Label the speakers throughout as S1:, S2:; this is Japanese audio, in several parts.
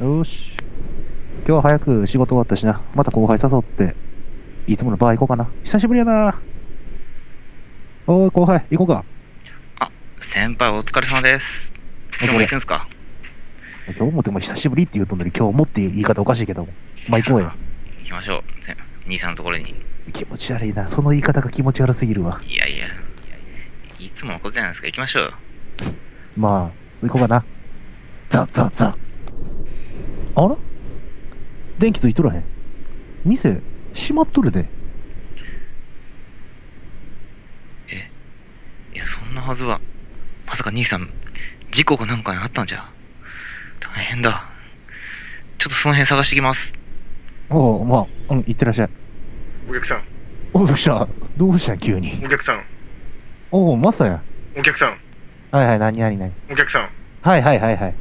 S1: よーし。今日は早く仕事終わったしな。また後輩誘って、いつものバー行こうかな。久しぶりやな。おーい、後輩、行こうか。
S2: 先輩お疲れ様です。今日も行くんすか
S1: 今日もっても久しぶりって言うとんのに、今日もっていう言い方おかしいけども。まあ行こ うよ。
S2: 行きましょう。せ兄さんのところに。
S1: 気持ち悪いな。その言い方が気持ち悪すぎるわ。
S2: いやいや、いつものことじゃないですか。行きましょうよ。
S1: まあ、行こうかな。ザザザ。あら電気ついとらへん。店、閉まっとるで。
S2: いや、そんなはずは。まさか兄さん、事故かなんかにあったんじゃ。大変だ。ちょっとその辺探してきます。
S1: おう、まあ、うん、行ってらっしゃい。
S3: お客さん、
S1: おう、どうしたどうした急に。
S3: お客さん、
S1: おう、マサや。
S3: お客さん、
S1: はいはい、何何何。
S3: お客さん、
S1: はいはいはいはい。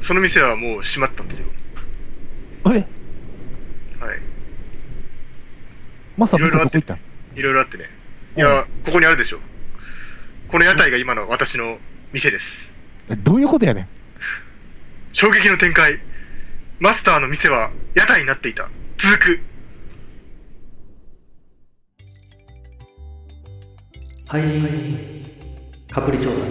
S3: その店はもう閉まったんですよ。
S1: え
S3: はい。
S1: マサ、
S3: いろい
S1: 店ど
S3: ろあ
S1: こ
S3: って
S1: 行ったん
S3: いろいろあってね。いや、ここにあるでしょ。この屋台が今の私の店です。
S1: えどういうことやねん。
S3: 衝撃の展開。マスターの店は屋台になっていた。続く。
S4: 廃人隔離調査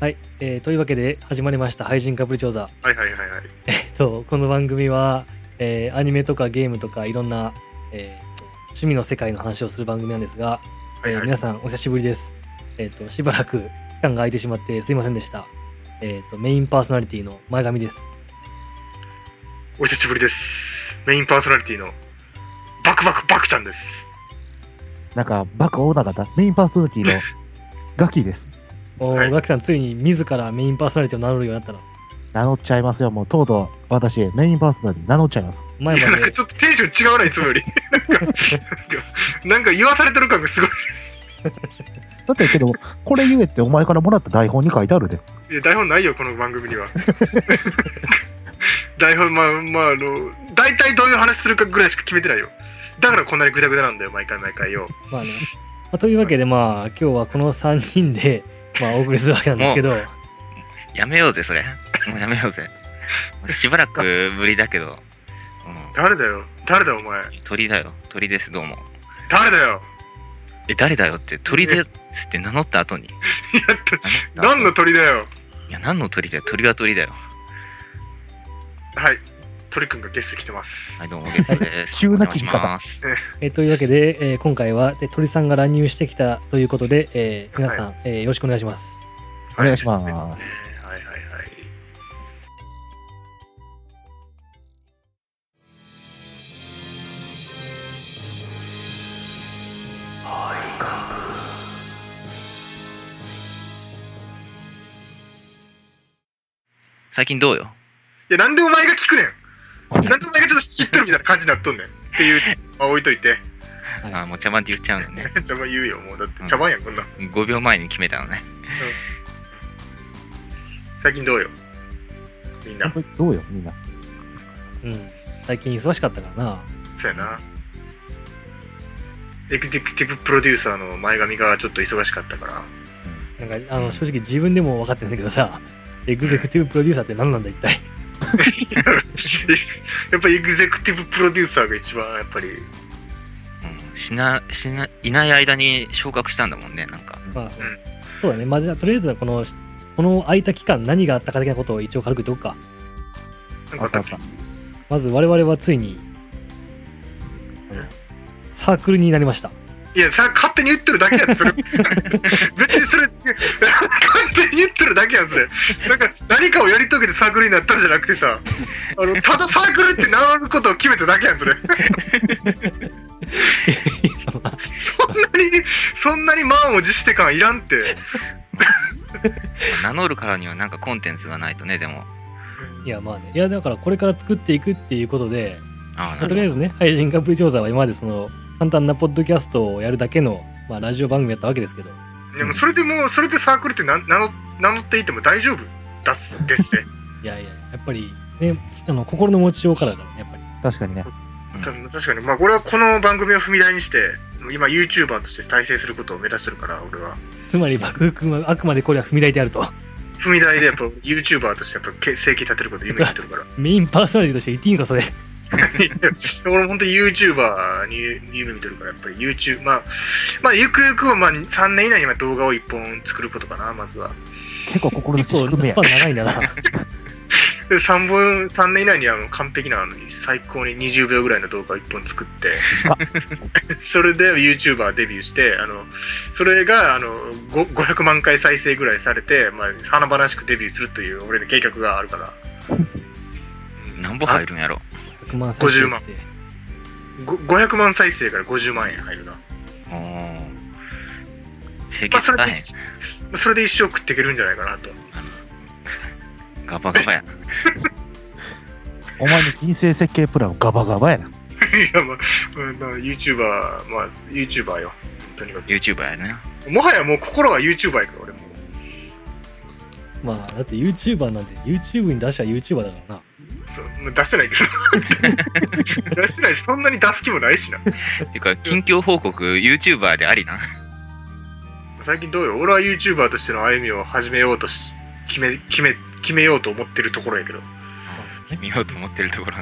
S5: はい、えーというわけで始まりました「廃人かぶり調査
S3: はいはいはいはい。」
S5: えっとこの番組は、えーアニメとかゲームとかいろんな、えーと趣味の世界の話をする番組なんですが、
S3: はい
S5: えー
S3: はい。
S5: 皆さんお久しぶりです、えっとしばらく期間が空いてしまってすいませんでした、えっとメインパーソナリティの前髪です
S3: お久しぶりです。メインパーソナリティのバクバクバクちゃんです。
S1: なんか、バカオーナーだったメインパーソナリティ のガキです。
S5: おー、
S3: はい
S5: ガキさんついに自らメインパーソナリティを名乗るようになったの
S1: 名乗っちゃいますよ。もう、とうとう、私、メインパーソナリティ名乗っちゃいます。
S5: 前
S3: いや、
S5: ま
S3: なんか
S5: で
S3: ちょっとテンション違うな、いつ もより。なんか、なんかなんか言わされてる感がすごい。
S1: だってけど、これ言えってお前からもらった台本に書いてあるで。
S3: いや、台本ないよ、この番組 には。台本、まあ、まあ、あの、大体どういう話するかぐらいしか決めてないよ。だからこんなにグダグダなんだよ、毎回毎回よ。
S5: まあね、まあというわけでまあ今日はこの3人で、まあ、お送りするわけなんですけど
S2: やめようぜ、それ。もうやめようぜ。もうしばらくぶりだけど。う
S3: 誰だよ、誰だよ、お前。
S2: ん。鳥だよ。鳥です、どうも。
S3: 誰だよ。
S2: え、誰だよって、鳥ですって名乗った後に。
S3: いや、
S2: 名乗った
S3: と
S2: 後
S3: 何の鳥だよ。
S2: いや、何の鳥だよ。鳥は鳥だよ。
S3: はい、鳥くんがゲスト来てます。
S2: はい、どうも、ゲストで す。
S1: 急な切り方
S2: お邪魔します
S5: えーというわけで、えー今回はで鳥さんが乱入してきたということで、えー皆さん、えーよろしくお願いします。
S1: お願いします
S3: はいはいはい。
S2: 最近どうよ
S3: いや、なんでお前が聞くねん。なんでお前がちょっと仕切ってるみたいな感じになっとんねん。っていう、まあ、置いといて。
S2: あもう茶番って言っちゃうのね
S3: 茶番言うよ、もう。だって茶番やん、こんなん。
S2: 5秒前に決めたのね
S3: 最近どうよ。みんな。そ
S1: どうよ、みんな。
S5: うん、最近忙しかったからな。
S3: うやな。エグゼクティブプロデューサーの前髪がちょっと忙しかった から。
S5: なんかあの正直自分でも分かってないんだけどさ、 エグゼクティブプロデューサーって何なんだ一 体。
S3: やっぱりエグゼクティブプロデューサーが一番やっぱり、
S2: うんしなしないない間に昇格したんだもんねなんか
S5: まあ、そうだね、まあ、じゃあとりあえずはこのこの空いた期間何があったか的なことを一応軽く言っておくか。
S3: なんか
S1: あ
S3: あ
S1: っ
S3: った
S1: たあ
S3: っ
S1: っ
S3: け
S1: た。
S5: まず我々はついに、あのサークルになりました。
S3: いや、さ勝手に言ってるだけやん、そ れ。別にそれ、勝手に言ってるだけやん、それ。なんか、何かをやり遂げてサークルになったんじゃなくてさ、あのただサークルって名乗ることを決めただけやん、それ。 そんなに、そんなに満を持して感いらんって。
S2: 名乗るからにはなんかコンテンツがないとねでも
S5: いやまあね、いやだからこれから作っていくっていうことで、
S2: あ
S5: とりあえずね、配信カップリ調査は今までその簡単なポッドキャストをやるだけの、まあ、ラジオ番組やったわけですけど、
S3: でも、それでもう、それでサークルってな名乗名乗っていても大丈夫だっですって。
S5: いやいや、やっぱり、ね、あの心の持ちようからだからね、やっぱり。
S1: 確かにね。
S3: 確かに、まあ、これはこの番組を踏み台にして、今、YouTuber として再生することを目指してるから、俺は。
S5: つまり爆風君はあくまでこれは踏み台であると
S3: 踏み台でやっぱ YouTuber としてやっぱけ生計立てること夢言ってるから。
S5: メインパーソナリティとして言っていいんかそれ
S3: 俺も本当に YouTuber にに夢見てるから、やっぱり YouTube、まあ、まあ、ゆくゆくはまあ3年以内にまあ動画を1本作ることかな、まずは。
S1: 結構心の
S5: 結構
S1: 低め
S5: ス
S1: や
S5: パン。長いんだな
S3: で、3本、三年以内にはもう完璧な、あの最高に20秒ぐらいの動画を1本作って、それで YouTuber デビューして、あの、それが、あの、ご500万回再生ぐらいされて、まあ、華々しくデビューするという俺の計画があるから。
S2: 何本入るんやろ
S5: 100万再生
S3: 50万
S5: って
S3: ご500万再生から50万円入るな。
S2: おー清
S3: まあ、
S2: 潔
S3: それ
S2: 大
S3: で
S2: 変、
S3: それで一生食っていけるんじゃないかなと。
S2: ガバガバや
S1: お前の人生設計プランガバガバやな。
S3: いや、まあ、うんまあ、YouTuber、まあ、YouTuber よ。とにか
S2: YouTuber やな
S3: く。もはやもう心は YouTuber やから、俺も。
S5: まあだって YouTuber なんて YouTube に出したら YouTuber だからな
S3: そう出してない けど。出してないし、そんなに出す気もないしな。
S2: てか近況報告 YouTuber でありな
S3: 最近どうよ俺は YouTuber としての歩みを始めようとし、決め、決め、決めようと思ってるところやけど。
S2: 見ようと思ってるところ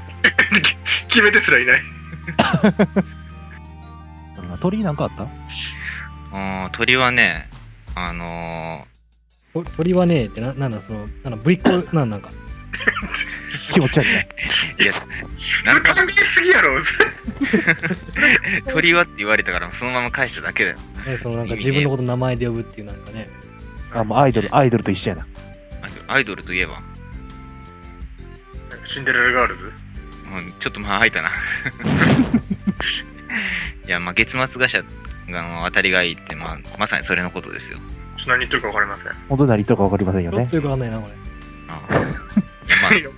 S3: 決めてすらいない。
S1: 鳥なんかあった
S2: うん鳥はねあの
S5: と鳥はねってななんだそのなんだぶりっ子なんなんか
S1: 気持ち 悪いな。
S2: ーいや
S3: そ
S2: な
S3: れ
S2: ん
S3: 考
S2: か
S3: えすぎやろ。
S2: 鳥はって言われたからそのまま返しただけだよ
S5: ねそのなんか自分のこと名前で呼ぶっていうなんかね
S1: あ、もうアイドル、アイドルと一緒やな。
S2: アイドルといえば
S3: シンデレラガールズ
S2: うんちょっとまあ空いたな いやまあ月末ガシャがあの当たりがいいって、まあ、まさにそれのことですよ
S3: ちょっと何言ってるか分かりません。
S1: 本当に何言ってるか分かりませんよ
S5: ちょっ
S1: ね。
S5: とよくわかんないなこれ
S2: ああいやまあ
S3: いや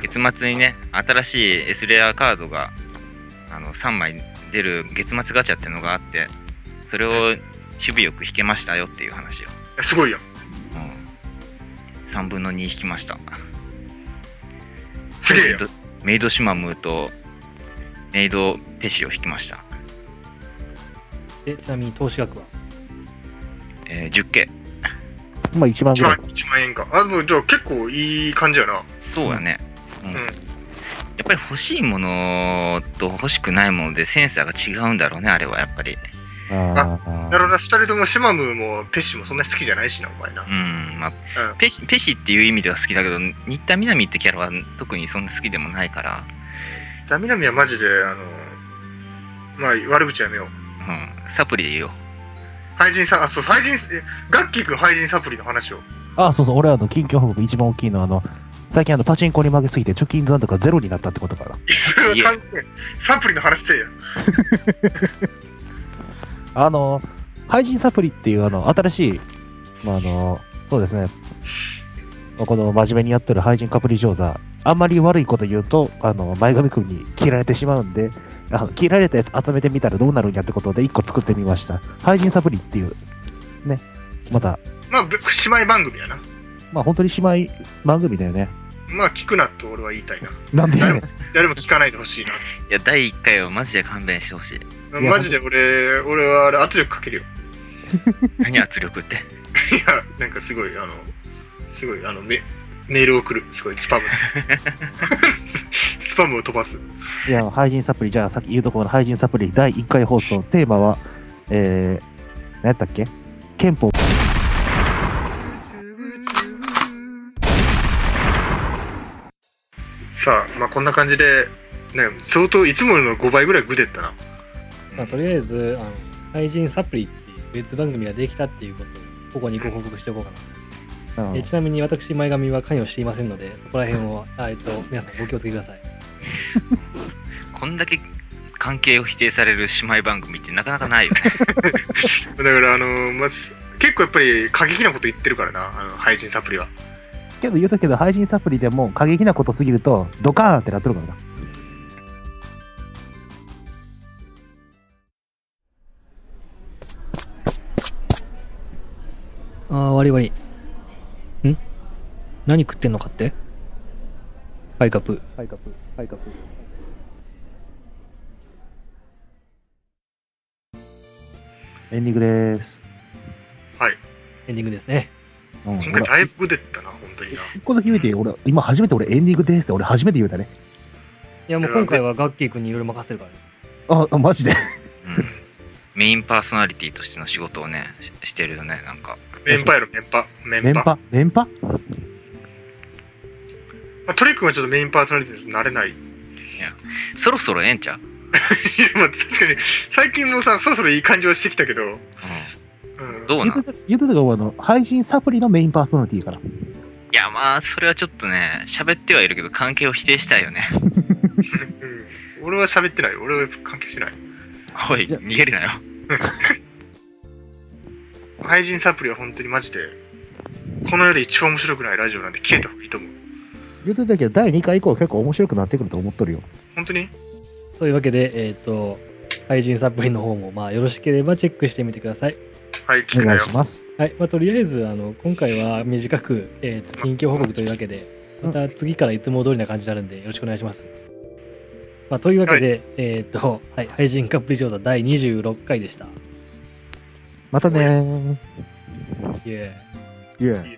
S2: 月末にね、新しい S レアカードがあの3枚出る月末ガチャってのがあって、それを守備よく引けましたよっていう話を。
S3: すごいやん。
S2: うん、3分の2引きました。
S3: すげ
S2: メ
S3: え
S2: イ
S3: やん
S2: ドメイドシマムーとメイドペシを引きました。
S5: えちなみに投資額は
S2: えー 10K。
S1: まあ1万
S3: 1
S1: ぐら
S3: 万
S1: い。
S3: 1万円か。あ、もうじゃあ結構いい感じやな。
S2: そうやね。うん
S3: ん
S2: やっぱり欲しいものと欲しくないものでセンサーが違うんだろうね、あれはやっぱり。
S1: あ
S3: なる
S1: ー
S3: ほど、二人ともシマムもペッシもそんなに好きじゃないしな、お前な。
S2: うん、まあ
S3: うん
S2: ペシペシっていう意味では好きだけど新田みなみってキャラは特にそんな好きでもないから、
S3: ダミナミはマジで、あの、まあ、悪口やめよう。
S2: うん、サプリで言おう
S3: 廃人さ、あ、そう、廃人、えガッキー君廃人サプリの話を。
S1: あ、そうそう、俺はあの、近況報告一番大きいのは、あの、最近あの、パチンコに負けすぎて貯金残高ゼロになったってことかな。
S3: それはい
S2: え
S3: 関係ないサプリの話せえや。
S1: あの、配信サプリっていう、あの、新しい、まあ、あの、そうですね、まあこの真面目にやってる配信カプリ上座、あんまり悪いこと言うと、あの、前髪くんに切られてしまうんで、あの切られたやつ集めてみたらどうなるんやってことで、一個作ってみました。配信サプリっていう、ね、また、
S3: まあ、ぶ姉妹番組やな。
S1: まあ、本当に姉妹番組だよね。
S3: まあ、聞くなと俺は言いたいな。
S1: なんでやねん
S3: 誰も聞かないでほしいな。
S2: いや第1回はマジで勘弁してほしい
S1: いや
S3: マジで俺、俺はあれ圧力かけるよ。
S2: 何圧力って
S3: いや、なんかすごい、あの、すごい、あの、メメールを送る。すごい、スパム。 スパムを飛ばす。
S1: いや、配信サプリ、じゃあさっき言うところの配信サプリ第1回放送、テーマは、えー、何やったっけ憲法。
S3: さあ、まあ、こんな感じで、ね、相当いつもの5倍ぐらいグデったな。
S5: まあ、とりあえず、あの、対人サプリっていう別番組ができたっていうことを、ここにご報告しておこうか
S1: う
S5: な。
S1: ん
S5: えちなみに私、前髪は関与していませんので、そこら辺を、あえっと、皆さんお気をつけください。
S2: こんだけ関係を否定される姉妹番組ってなかなかないよね
S3: だから、あのまあ、結構やっぱり過激なこと言ってるからな、あの配信サプリは。
S1: けど言うとくけど配信サプリでも過激なことすぎるとドカーンってなってるからな
S5: ああ、悪い悪い。ん何食ってんのかってパイカップ。パイカップ。パイカップ。
S1: エンディングです
S3: はい
S5: エンディングですね。
S1: うん、
S3: 今回
S1: 俺
S3: だいぶ出てたな、本当にな。
S1: この日見て、俺、今初めて俺エンディングですって俺初めて言うたね。
S5: いや、もう今回はガッキー君にいろいろ任せるからね。
S1: あ、あマジで。
S2: うんメインパーソナリティとしての仕事をね、ししてるよね、なんか。
S3: メンパやろ、メンパ。メ
S1: メ
S3: ン
S1: ン
S3: パ。
S1: パメンパ
S3: まあ、トリックはちょっとメインパーソナリティになれない。い
S2: そろそろええんちゃう、
S3: や、まあ確かに、最近もさ、そろそろいい感じはしてきたけ
S2: う
S3: ど、
S2: ん、
S3: うん。
S2: どう
S1: 言
S2: な
S1: うん
S2: い
S1: てた言うてたが、あの、配信サプリのメインパーソナリティから。
S2: や、まあ、それはちょっとね、喋ってはいるけど、関係を否定したいよね。
S3: うん俺は喋ってない。俺は関係しない。
S2: おい、
S1: じゃあ
S2: 逃げるなよ。
S3: 配信サプリは本当にマジで、この世で一番面白くないラジオなんで消えた方がいいと思う。
S1: 言うてたけど、第2回以降結構面白くなってくると思っとるよ。
S3: 本当に
S5: そういうわけで、えっ、と、配信サプリの方も、まあ、よろしければチェックしてみてください。
S3: はい、聞
S1: お
S3: く
S1: 願
S3: な
S1: い
S3: よ
S1: し。ます。
S5: はい、まあ、とりあえず、あの、今回は短く、えーと近況報告というわけで、また次からいつも通りな感じになるんで、よろしくお願いします。まあ、というわけで、えっ、と、はい、配信カップリ調査第26回でした。
S1: またねー。
S5: イエーイ
S1: イェーイ
S3: いい